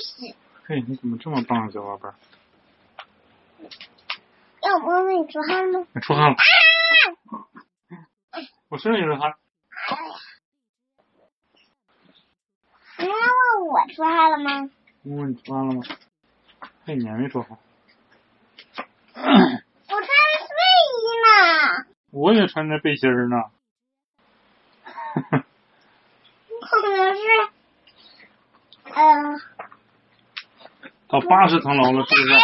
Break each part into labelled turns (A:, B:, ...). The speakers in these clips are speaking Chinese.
A: 西。
B: 嘿，你怎么这么棒啊，小宝贝儿？
A: 要不我给你出汗吗？
B: 你出汗了？我身上也是汗。
A: 啊你刚问我出汗了吗？
B: 嗯，你出汗了吗？嘿，你还没出汗。
A: 我穿着睡衣呢。
B: 我也穿着背心儿呢。
A: 可能是，嗯、
B: 到八十层楼了，是不是？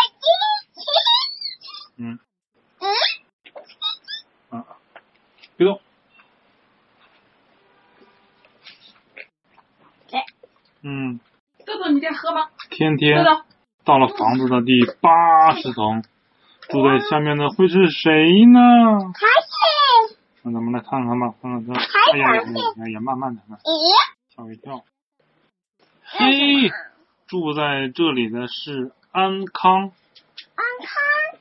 B: 嗯
A: 嗯，
B: 啊，别动。
A: 哎
B: 嗯，
C: 豆豆，你在喝吗？
B: 天
C: 豆
B: 天
C: 豆，
B: 到了房子的第八十层，住在下面的会是谁呢？
A: 还是
B: 那咱们来看看吧，看看他。哎呀，哎呀，也慢慢的，慢慢地
A: 咦？
B: 吓我一跳。嘿，住在这里的是安康，
A: 安康，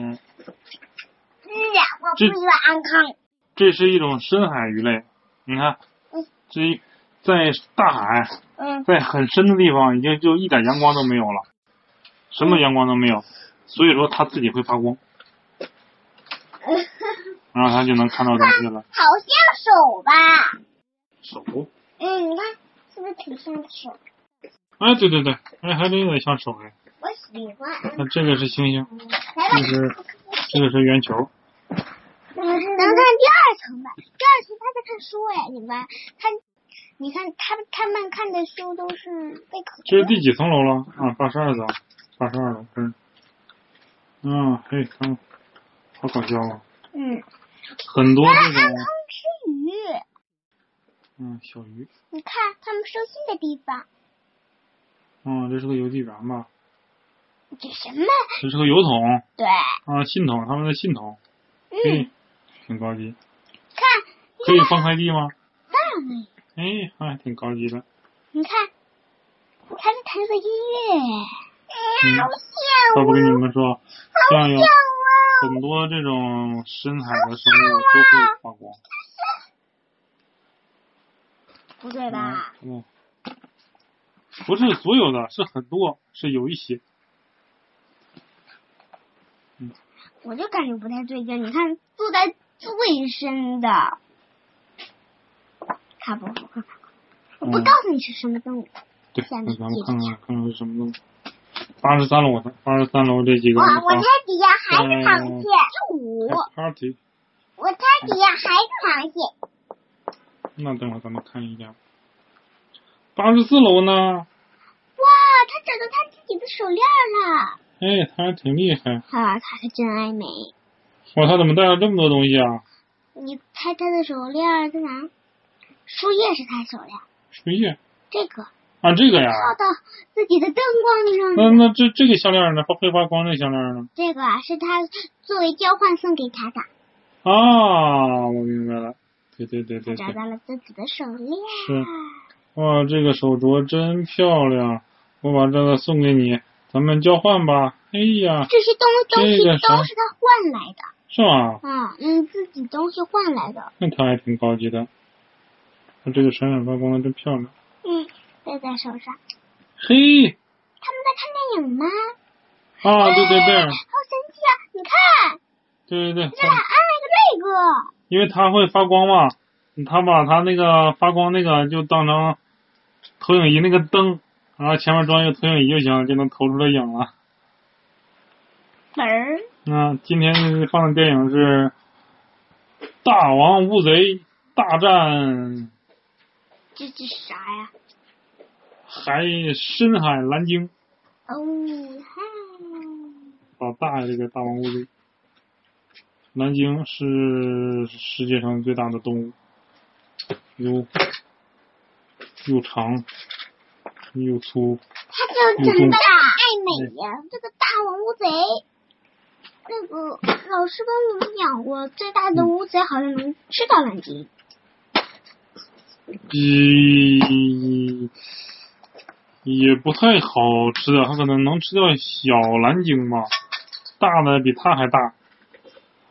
B: 嗯，
A: 是啊，我不喜欢安康。
B: 这是一种深海鱼类，你看
A: 嗯，
B: 这一在大海，
A: 嗯，
B: 在很深的地方，已经就一点阳光都没有了，什么阳光都没有，所以说它自己会发光，然后它就能看到东西了。
A: 好像手吧？
B: 手，
A: 嗯，你看是不是挺像手？
B: 哎，对对对，哎，还真有点像手哎。
A: 我喜欢安
B: 那这个是星星，
A: 来吧
B: 这，是这个是圆球，
A: 咱们看第二层吧。第二层他在看书哎，你们他，你看他他们看的书都是贝壳。
B: 这是第几层楼了？啊，八十二层，八十二楼，嗯，嗯，嘿，嗯，好搞笑啊！
A: 嗯，
B: 很多这
A: 安
B: 种，
A: 康吃鱼，
B: 嗯，小鱼，
A: 你看他们收信的地方，
B: 嗯，这是个邮递员吧？
A: 这什么？
B: 这是个邮筒
A: 对，
B: 啊，信筒，他们的信筒，
A: 嗯，
B: 嘿，挺高级。
A: 看
B: 可以放快递吗？
A: 大美，
B: 哎，还挺高级的。
A: 你看，他在弹着音乐，哎
B: 嗯
A: 呀，好想
B: 要不跟你
A: 哦，
B: 们说，
A: 好
B: 像
A: 想
B: 有
A: 哦，
B: 很多这种深海的生物都会发光。
A: 不对吧？
B: 嗯，不是所有的，是很多，是有一些。
A: 嗯我就感觉不太对劲。你看，住在最深的，看不看不，我不
B: 嗯
A: 告诉你是什么动物。
B: 对，
A: 下面
B: 那咱们
A: 记
B: 看
A: 一
B: 看看看是什么东西。八十三楼，八十三楼这几个
A: 哇，
B: 地
A: 我
B: 方
A: 猜底下还是螃蟹。五，
B: 开 party，
A: 我猜底下还是螃蟹。
B: 那等会儿咱们看一下。八十四楼呢？
A: 哇，他找到他自己的手链了。
B: 哎，他还挺厉害。
A: 啊，他还真爱美。
B: 哇，他怎么带了这么多东西啊？
A: 你猜他的手链在哪？树叶是他手链，
B: 树叶
A: 这个
B: 啊，这个呀。
A: 套到自己的灯光
B: 那
A: 上面。
B: 那这这个项链呢？发会发光这项链呢？
A: 这个啊，是他作为交换送给塔塔。
B: 啊，我明白了。对对对
A: 他
B: 对对
A: 找，到了自己的手链。
B: 是。哇，这个手镯真漂亮，我把这个送给你，咱们交换吧。哎呀，
A: 这些东东西
B: 这个啥
A: 都是他换来的，
B: 是吗？
A: 嗯嗯，自己东西换来的，
B: 那它还挺高级的。它这个闪闪发光的真漂亮。
A: 嗯，戴在手上。
B: 嘿，
A: 他们在看电影吗？
B: 啊，对对对
A: 哎好，神奇啊！你看，
B: 对对对，
A: 这俩安了一个这个，
B: 因为它会发光嘛，他把它那个发光那个就当成投影仪那个灯，然后前面装一个投影仪就行了，就能投出来影了。
A: 本儿
B: 那今天放的电影是《大王乌贼大战
A: 这是啥呀？
B: 海深海蓝鲸》，
A: 哦嗨，
B: 老大呀，这个大王乌贼。蓝鲸是世界上最大的动物，又又长又粗，
A: 他就怎么办？爱美呀！这个大王乌贼，那个老师跟我们讲过，最大的乌贼好像能吃到蓝鲸。
B: 比也不太好吃啊的，它可能能吃掉小蓝鲸吧，大的比它还大。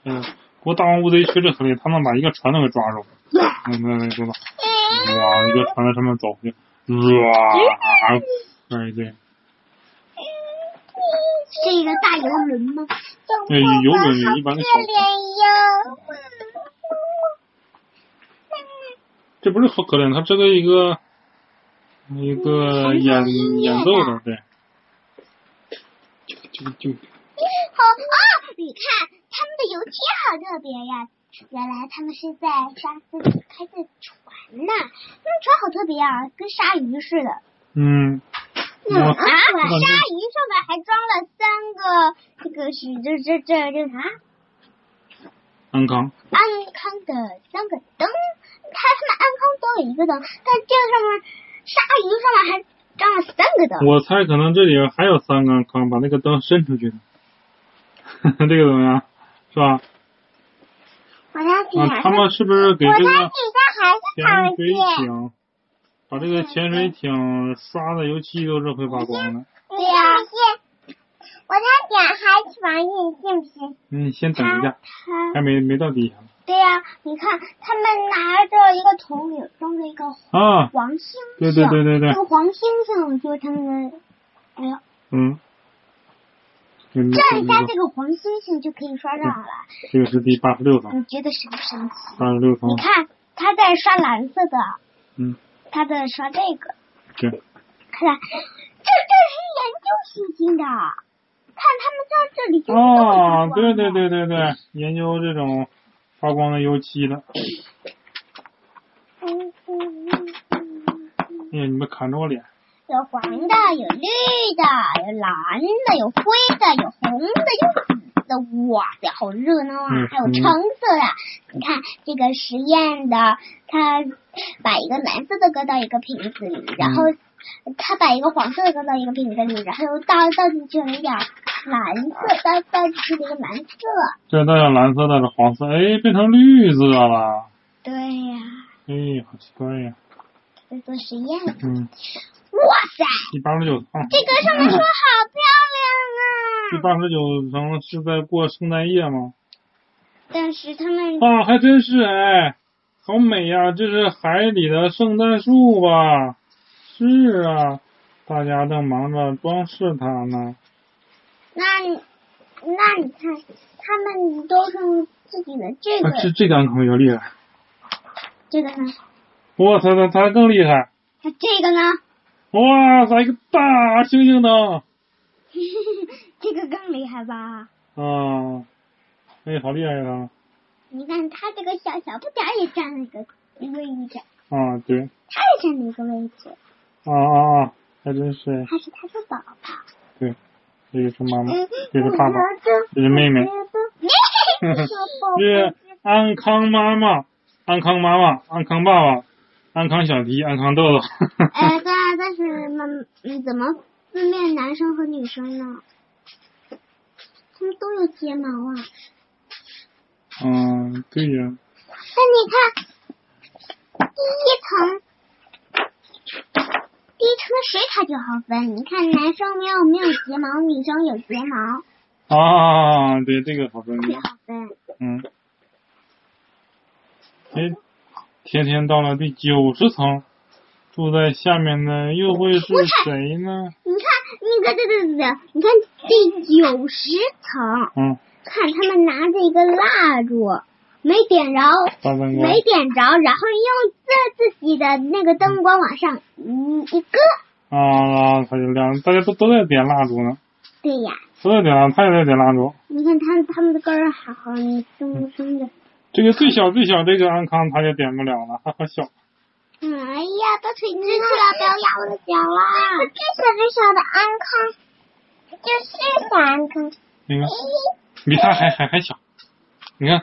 B: 嗯，不过大王乌贼确实很厉害，它能把一个船都给抓住。嗯，那那知道，哇，一个船在上面走去，哇，哎对，
A: 是一个大游轮吗？
B: 对游轮一般的小
A: 好可怜呀！
B: 这不是好可怜，它这个一个一个
A: 嗯
B: 演
A: 很有音乐
B: 演
A: 的
B: 奏的，对，就就
A: 好啊！你看他们的游艇好特别呀！原来他们是在沙子里开的船呐、那船好特别啊，跟鲨鱼似的。
B: 嗯，
A: 嗯
B: 我
A: 啊，鲨
B: 感觉
A: 鱼上面还装了三个这个是这这这这啥
B: 安康，
A: 安康的三个灯，它它们安康都有一个灯，但这个上面鲨鱼上面还装了三个灯。
B: 我猜可能这里还有三个安康，把那个灯伸出去的， 这个怎么样？是吧？
A: 我家
B: 啊，他们是不是给这个
A: 底
B: 潜水艇，把这个潜水艇刷的油漆都是会发光的？
A: 对呀、我家点还是王印，信不信？
B: 嗯，先等一下，
A: 他
B: 还没没到底下呢
A: 对呀、你看他们拿着一个桶里装着一个
B: 啊，
A: 黄星星，
B: 对对对对对
A: 这个黄星星就是他们的，哎呦，
B: 嗯，嗯
A: 转一下这个黄星星就可以刷上了，
B: 这个是第八十六层，
A: 你觉得神不神奇？
B: 八十六层
A: 嗯你，看他在刷蓝色的，
B: 嗯，
A: 他在刷这个，
B: 对，
A: 看这这是研究星星的，看他们在这里就
B: 哦，对对，对对对，研究这种发光的油漆的。
A: 嗯嗯嗯嗯嗯
B: 哎呀，你们砍着我脸！
A: 有黄的，有绿的，有蓝的，有灰的，有红的，有紫的，哇塞，好热闹啊
B: 嗯！
A: 还有橙色的，你看这个实验的，他把一个蓝色的搁到一个瓶子里，然后
B: 嗯
A: 他把一个黄色的搁到一个瓶子里，然后又倒倒进去了一点蓝色，倒倒进去了一个蓝色。
B: 这倒有蓝色的，这黄色，哎，变成绿色了。
A: 对呀、
B: 哎，好奇怪呀。
A: 在做实验。
B: 嗯，
A: 哇塞，
B: 第八十九层，
A: 这个上面说好漂亮啊！
B: 第八十九层是在过圣诞夜吗？
A: 但是他们
B: 啊，还真是哎，好美呀、这是海里的圣诞树吧？是啊，大家正忙着装饰它呢。
A: 那你那你看，他们都用自己的这
B: 啊
A: 个、
B: 这这个安康比较厉害，
A: 这个呢，
B: 哇塞，它它更厉害，
A: 那这个呢，
B: 哇塞，一个大星星灯
A: 这个更厉害吧？
B: 啊！哎，好厉害呀、
A: 你看他这个小小不点儿也占了一个一个位置，
B: 它！啊，对，
A: 他也占了一个位置，
B: 啊啊啊，还真是哎，
A: 他是他的宝宝。
B: 这个是妈
A: 嗯
B: 妈，这
A: 我
B: 是爸爸，
A: 要做
B: 这是妹妹，
A: 我要做宝
B: 这是安康妈妈，安康妈妈，安康爸爸，安康小迪，安康豆 豆。
A: 哎，对啊，但是妈，嗯，怎么分辨男生和女生呢？他们都有睫毛啊。
B: 嗯，对呀，
A: 那你看，第一层，第一层的水它就好分。你看男生没有没有睫毛，女生有睫毛，
B: 啊，对，这个好分
A: 特
B: 辨
A: 别，好分。
B: 嗯。哎，甜甜到了第九十层，住在下面的又会是谁呢？
A: 你看，你看，对对对对，你看第九十层，
B: 嗯，
A: 看他们拿着一个蜡烛，没点着，
B: 大三哥，
A: 没点着，然后用自自己的那个灯光往上一一搁，
B: 啊，他就亮，大家都都在点蜡烛呢，
A: 对呀，
B: 都在点蜡，他也在点蜡烛。
A: 你看他他们的根儿好好生生的。
B: 这个最小最小这个安康他就点不了了，哈哈笑。
A: 嗯哎呀，把腿支起来，不要压我的脚啊啦！我最小最小的安康，就是小安康。
B: 你看，比他还还还小，你看，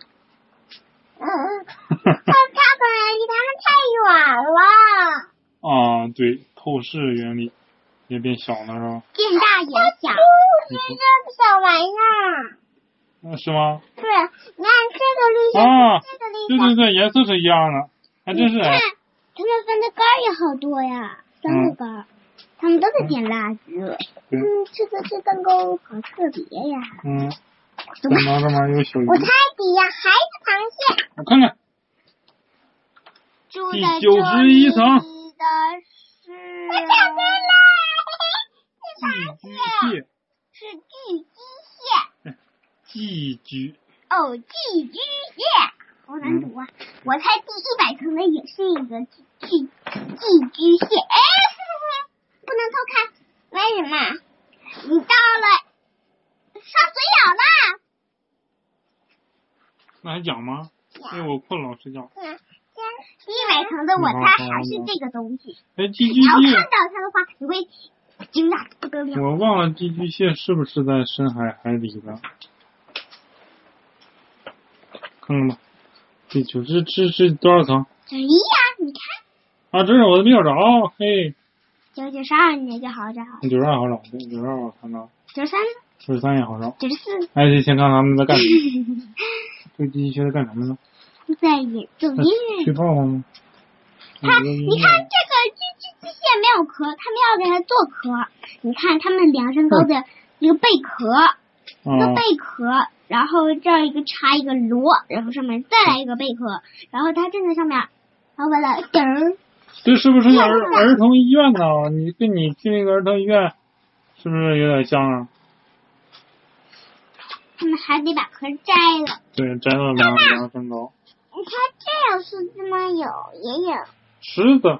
A: 嗯，它它本来离他们太远了，
B: 啊，对，透视原理也变小了是吧？
A: 见大眼小。
B: 你说
A: 这个小玩意儿，
B: 那是吗？
A: 是，你看这个绿色，
B: 啊
A: 这个绿
B: 对
A: 色，
B: 对对，颜色是一样的，还真是
A: 你看，
B: 哎
A: 他们分的杆儿也好多呀，三个杆儿，他们都在点蜡烛。
B: 对
A: 嗯，这个这蛋糕好特别呀！
B: 嗯，干嘛干嘛有小鱼
A: 我，猜底呀还是螃蟹。
B: 我看看，
A: 住
B: 第91层
A: 的是。我想回来。
B: 寄居蟹，
A: 是寄居蟹。
B: 寄居
A: 哦，寄居蟹，好难读啊！
B: 嗯
A: 我猜第一百层的也是一个寄寄寄居蟹。哎，不能偷看，为什么？你到了上嘴
B: 那还讲吗？
A: 咬
B: 哎，
A: 了。
B: 我困了，我睡觉。
A: 嗯第一百层的我
B: 嗯
A: 猜还是这个东西。
B: 哎，寄居
A: 你要看
B: 蟹，
A: 到它的话，你会惊讶得不得了。
B: 我忘了寄居蟹是不是在深海海底的？看看吧，地球这这这多少层？
A: 哎呀，你看
B: 啊，这是我的没找着，嘿，
A: 九九十二，你就好找；
B: 九十二好找，九十二我看到，
A: 九十三、
B: 九十三也好找。
A: 九十四，
B: 哎，先看他们在干什么？这个寄居蟹在干什么呢？
A: 在演奏音乐
B: 吹。泡泡吗？
A: 它，
B: 有个音
A: 嗯你
B: 乐
A: 看这个寄寄寄蟹没有壳，它们要给它做壳。你看它们量身高的一个贝壳，一个
B: 啊，
A: 贝壳，然后这儿一个插一个螺，然后上面再来一个贝壳，然后它站在上面，然后完了噔儿，
B: 这是不是
A: 这样
B: 儿
A: 的
B: 儿童医院呢？你跟你去那个儿童医院，是不是有点像啊？
A: 它们还得把壳摘了。
B: 对，摘了两两身高。
A: 它这样是这么有也 有，
B: 狮子，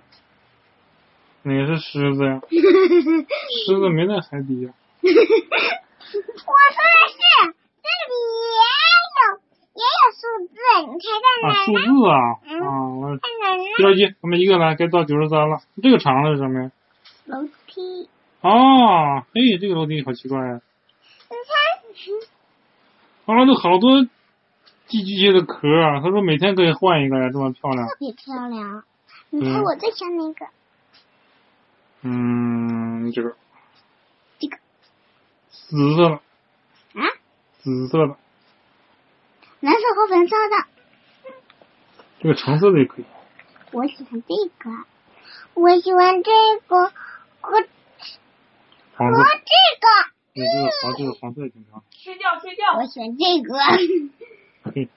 B: 哪个是狮子呀？
A: 嗯
B: 狮子没在海底呀、
A: 我说的是这里也有也有数字，你看
B: 啊，
A: 在
B: 数
A: 哪儿呢？
B: 字啊，
A: 嗯
B: 啊，我
A: 在哪儿呢
B: 不？着急，咱们一个来，该到九十三了。这个长的是什么呀？
A: 楼梯。嗯
B: 哦，嘿，这个楼梯好奇怪啊呀、
A: 你看，
B: 啊！这好多寄居蟹的壳啊，他说每天可以换一个呀，这么漂亮。
A: 特别漂亮。你看
B: 嗯
A: 我最喜欢哪个？
B: 嗯，这个
A: 这个
B: 紫色的，
A: 啊，
B: 紫色的，
A: 蓝色和粉色的，
B: 这个橙色的也可以。
A: 我喜欢这个。我喜欢这个和和
B: 黄色，
A: 这
B: 那这个黄这个黄色也挺漂
C: 睡觉睡觉
A: 个。。我喜欢这个，
B: 亮。嘿，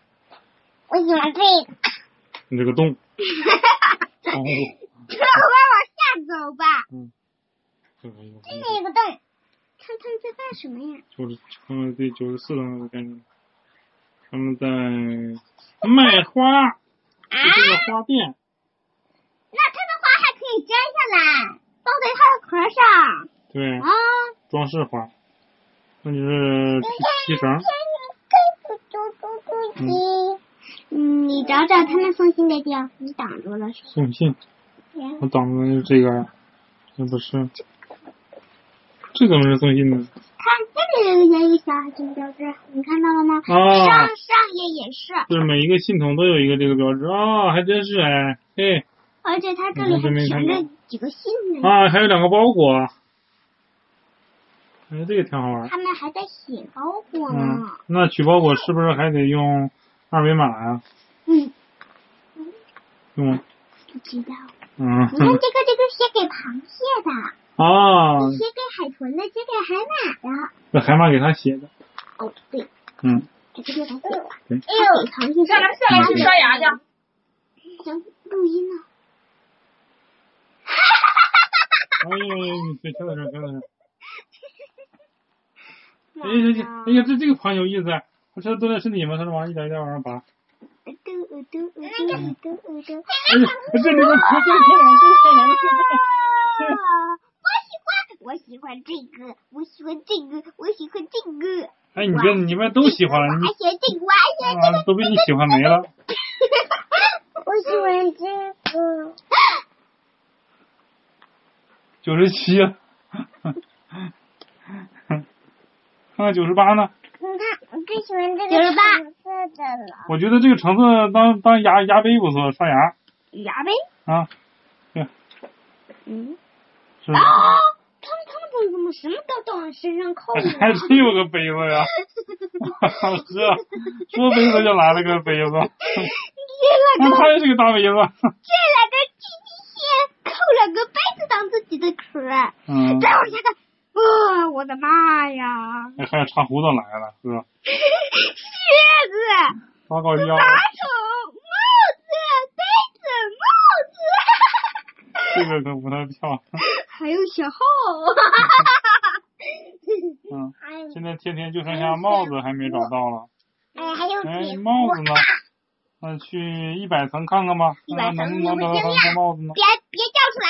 A: 我喜欢这个。
B: 你这个洞，
A: 这
B: 哦，
A: 我把往下走吧。
B: 嗯这个有
A: 这个洞，看他们在干什么呀？
B: 哎就是他们对九十四的那个概念，他们在卖花，
A: 啊
B: 就，这个花店。
A: 那它的花还可以摘下来，包在它的壳上
B: 对，
A: 啊。
B: 装饰花，那就是皮皮绳。
A: 嗯，你找找他们送信的地儿，你挡住了是吧？
B: 送信，我挡的是这个，这不是，这怎么是送信呢？
A: 看这里有一个有一个小海豚标志，你看到了吗？上
B: 啊，
A: 上页也是，
B: 就是每一个信筒都有一个这个标志啊，还真是哎，嘿
A: 而且它这里还停着几个信呢，
B: 啊，还有两个包裹，哎，这个挺好玩儿。
A: 他们还在写包裹
B: 嗯
A: 呢。，
B: 那取包裹是不是还得用二维码啊？
A: 嗯，
B: 用吗？
A: 不知道。
B: 嗯
A: 你看这个这个写给螃蟹的，
B: 啊，
A: 写给海豚的，写给海马的。
B: 这海马给他写的，
A: 哦，对，
B: 嗯，
A: 这个地方写了。
B: 对
A: 哎呦，螃蟹
C: 下来下来去刷牙去。
A: 想录音呢。
B: 哎呦，你别停在这儿，停在这儿。哎呀这哎呀，这这个螃蟹有意思啊！它是都在身体吗？它是往上一点一点往上拔。
A: 嘟嘟嘟嘟嘟嘟嘟。
B: 哎呀，这里头螃蟹太难看了，
A: 我喜欢，我喜欢这个，我喜欢这个，我喜欢这个。
B: 哎，你这你们都喜欢了，
A: 我
B: 你
A: 还喜欢这个，我还喜欢这
B: 啊都被你喜欢没了。
A: 个。我喜欢这个。
B: 九十七，啊看啊看九十八呢？
A: 你看，我最喜欢这个九十八色的了。
B: 我觉得这个橙色当当牙牙杯不错，刷牙
A: 牙呗。
B: 啊，
A: 嗯。
B: 是吧？
A: 啊！他们他们怎么怎么什么都都往身上扣呢？
B: 还真有个杯子呀！是啊，说杯子就来了个杯
A: 这
B: 子，那
A: 了个
B: 他也是个大杯子。
A: 这了个寄居蟹扣了个杯子当自己的壳儿。
B: 嗯，
A: 再往下看，啊、我的妈呀！
B: 哎还有茶壶子来了，是吧？
A: 靴子、
B: 八高腰
A: 马，桶、帽子、杯子、帽子，
B: 这个可不太漂亮。
A: 还有小号，哈哈哈哈哈！
B: 嗯现在天天就剩
A: 嗯
B: 下帽
A: 啊
B: 子还没找到了。
A: 哎，还有
B: 哎
A: 礼，物
B: 帽子呢
A: 啊？
B: 那去一百层看看吧，
A: 100
B: 看看能不
A: 层
B: 能找到
A: 能不能
B: 他的帽子呢？
A: 别别叫出来！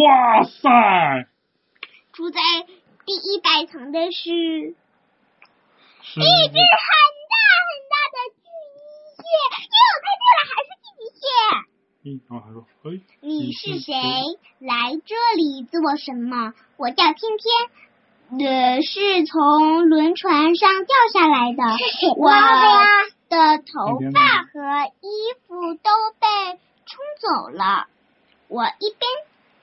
B: 哇塞，
A: 住在第一百层的是一只
B: 是
A: 很大很大的巨蚁蟹，耶，我猜对了，还是巨蚁蟹。
B: 嗯，然后还说，哎，
A: 你
B: 你
A: 是
B: 是
A: 谁
B: 谁？
A: 来这里做什么？我叫天天，呃，是从轮船上掉下来的。我的头
B: 哦天天
A: 发
B: 呢
A: 和衣服都被冲走了。我一边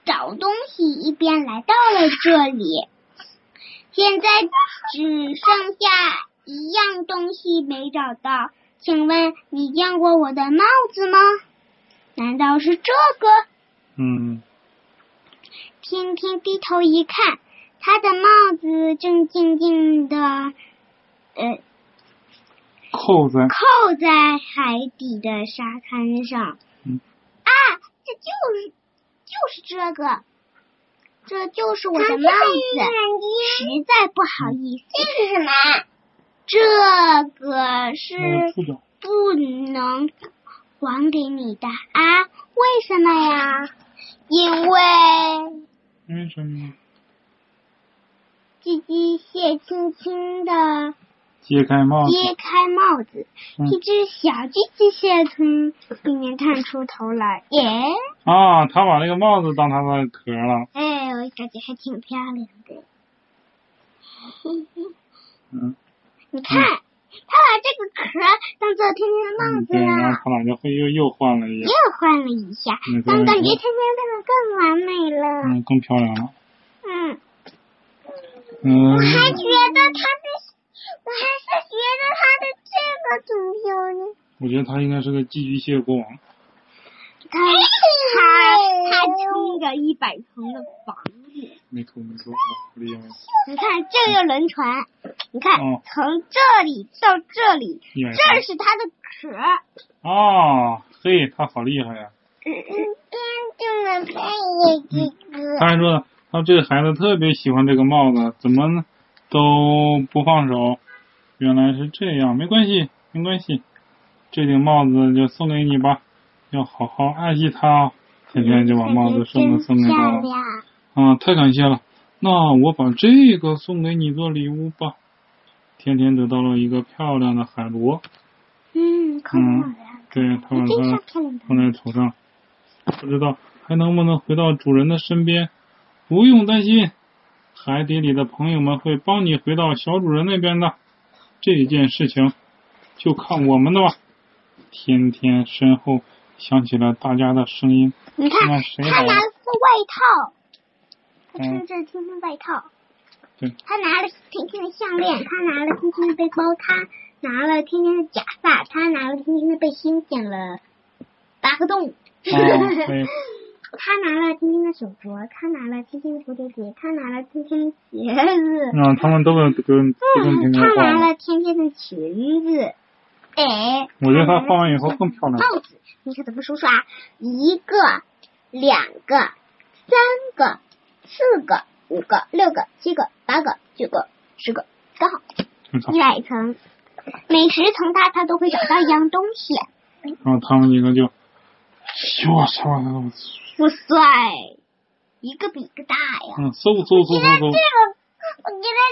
A: 找东西，一边来到了这里。现在只剩下一样东西没找到，请问你见过我的帽子吗？难道是这个？
B: 嗯，
A: 天天低头一看，他的帽子正静静的，呃，
B: 扣子，
A: 扣在海底的沙滩上。
B: 嗯
A: 啊，这就是就是这个，这就是我的帽子。实在不好意思，这是什么？啊这个
B: 那
A: 是
B: 个触角，
A: 不能还给你的啊？为什么呀？因为。
B: 为什么？
A: 寄居蟹轻轻地
B: 揭开帽子，
A: 揭开帽子，
B: 嗯
A: 一只小寄居蟹从里面探出头来。耶，
B: 啊，他把那个帽子当他的壳了，
A: 哎，我感觉还挺漂亮的。
B: 嗯，
A: 啊你看，它把这个壳当做天
B: 嗯对，
A: 天的帽子
B: 然后
A: 了，
B: 他俩就会又又换了一
A: 又
B: 样，
A: 换了一下
B: 嗯，对
A: 但感觉
B: 嗯
A: 天天变得更完美了。
B: 嗯，更漂亮了，
A: 嗯，
B: 嗯
A: 我，还觉得它的，我还是觉得它的这个图标呢。
B: 我觉得他应该是个寄居蟹国王，
A: 他
B: 嗯
A: 他他撑着一百层的房子，
B: 没错没错，狐狸吗？
A: 你看这个轮船，你看
B: 哦嗯
A: 从这里到这里，
B: 一百
A: 这
B: 层
A: 是它的壳，
B: 啊，嘿，他好厉害啊呀、
A: 嗯这么看也
B: 这
A: 个
B: 他还说他这个孩子特别喜欢这个帽子，怎么都不放手。原来是这样，没关系，没关系，这顶帽子就送给你吧，要好好爱惜它哦。天天就把帽子送给送给他
A: 漂
B: 了
A: 亮，
B: 啊，太感谢了。那我把这个送给你做礼物吧。天天得到了一个漂亮的海螺，
A: 嗯，可漂亮，
B: 对他把
A: 一定
B: 它
A: 是漂亮的。
B: 放在头上，不知道还能不能回到主人的身边。不用担心，海底里的朋友们会帮你回到小主人那边的。这件事情就看我们的吧。天天身后响起了大家的声音。
A: 你看
B: 那谁
A: 他
B: 来
A: 拿
B: 了
A: 了副外套，他
B: 嗯
A: 穿着天天外套。
B: 对
A: 他拿了天天的项链，他拿了天天的背包，他拿了天天的假发，他拿了天天的背心，剪了八个洞。
B: 啊，对，
A: 他拿了天天的手镯，他拿了天天的蝴蝶结，他拿了天天的鞋子，
B: 啊，他们都跟都跟都跟
A: 嗯，
B: 平哥
A: 他
B: 换
A: 拿
B: 了。
A: 了天天的裙子，哎，
B: 我觉得
A: 他拿了
B: 他换完以后更漂亮。
A: 帽子，你看怎么数数啊？一个、两个、三个、四个、五个、六个、七个、八个、九个、十个，刚好
B: 挺好
A: 一百层。每十层他他都会找到一样东西，
B: 然后他们几个就，哇塞，
A: 哇塞，一个比一个大呀！
B: 嗯，嗖嗖嗖嗖
A: 我觉
B: 嗖，
A: 得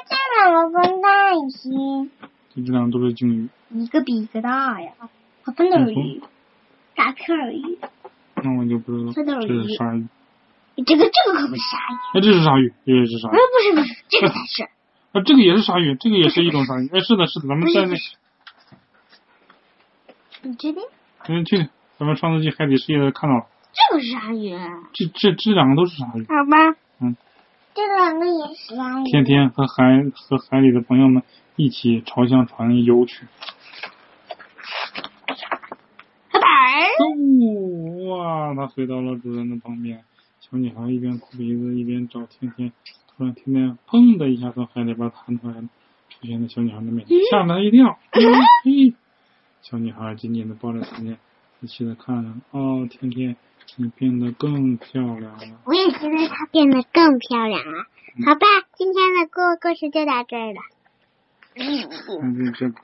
A: 这两个更大一些，
B: 这这两个都是鲸鱼。
A: 一个比一个大呀！我奋斗
B: 嗯
A: 鱼，大片儿鱼，
B: 那我就不知道
A: 这都是
B: 这
A: 鱼
B: 是鲨鱼，
A: 这个这个可不是鲨鱼，
B: 哎，这是鲨鱼，这也是鲨
A: 不
B: 鱼，
A: 是不是不是，这个才是。
B: 啊，这个也是鲨鱼，这个也是一种鲨鱼，哎，是的，是的，咱们在那，
A: 你确定？
B: 嗯，去，咱们上次去海底世界看到了，
A: 这个是鲨鱼，
B: 这这这两个都是鲨鱼，
A: 好吧？
B: 嗯，
A: 这两个也是鲨鱼。
B: 天天和海和海里的朋友们一起朝向船游去，
A: 拜拜。
B: 哦，哇，他回到了主人的旁边，小女孩一边哭鼻子一边找天天，突然天天砰的一下从海里边弹出来了，出现在小女孩的面前，吓了她一跳，哎嘿。小女孩紧紧的抱着天天，仔细的看着，哦，天天，你变得更漂亮了。
A: 我也觉得它变得更漂亮了。好吧，今天的故故事就到这儿了。嗯
B: 嗯，这这。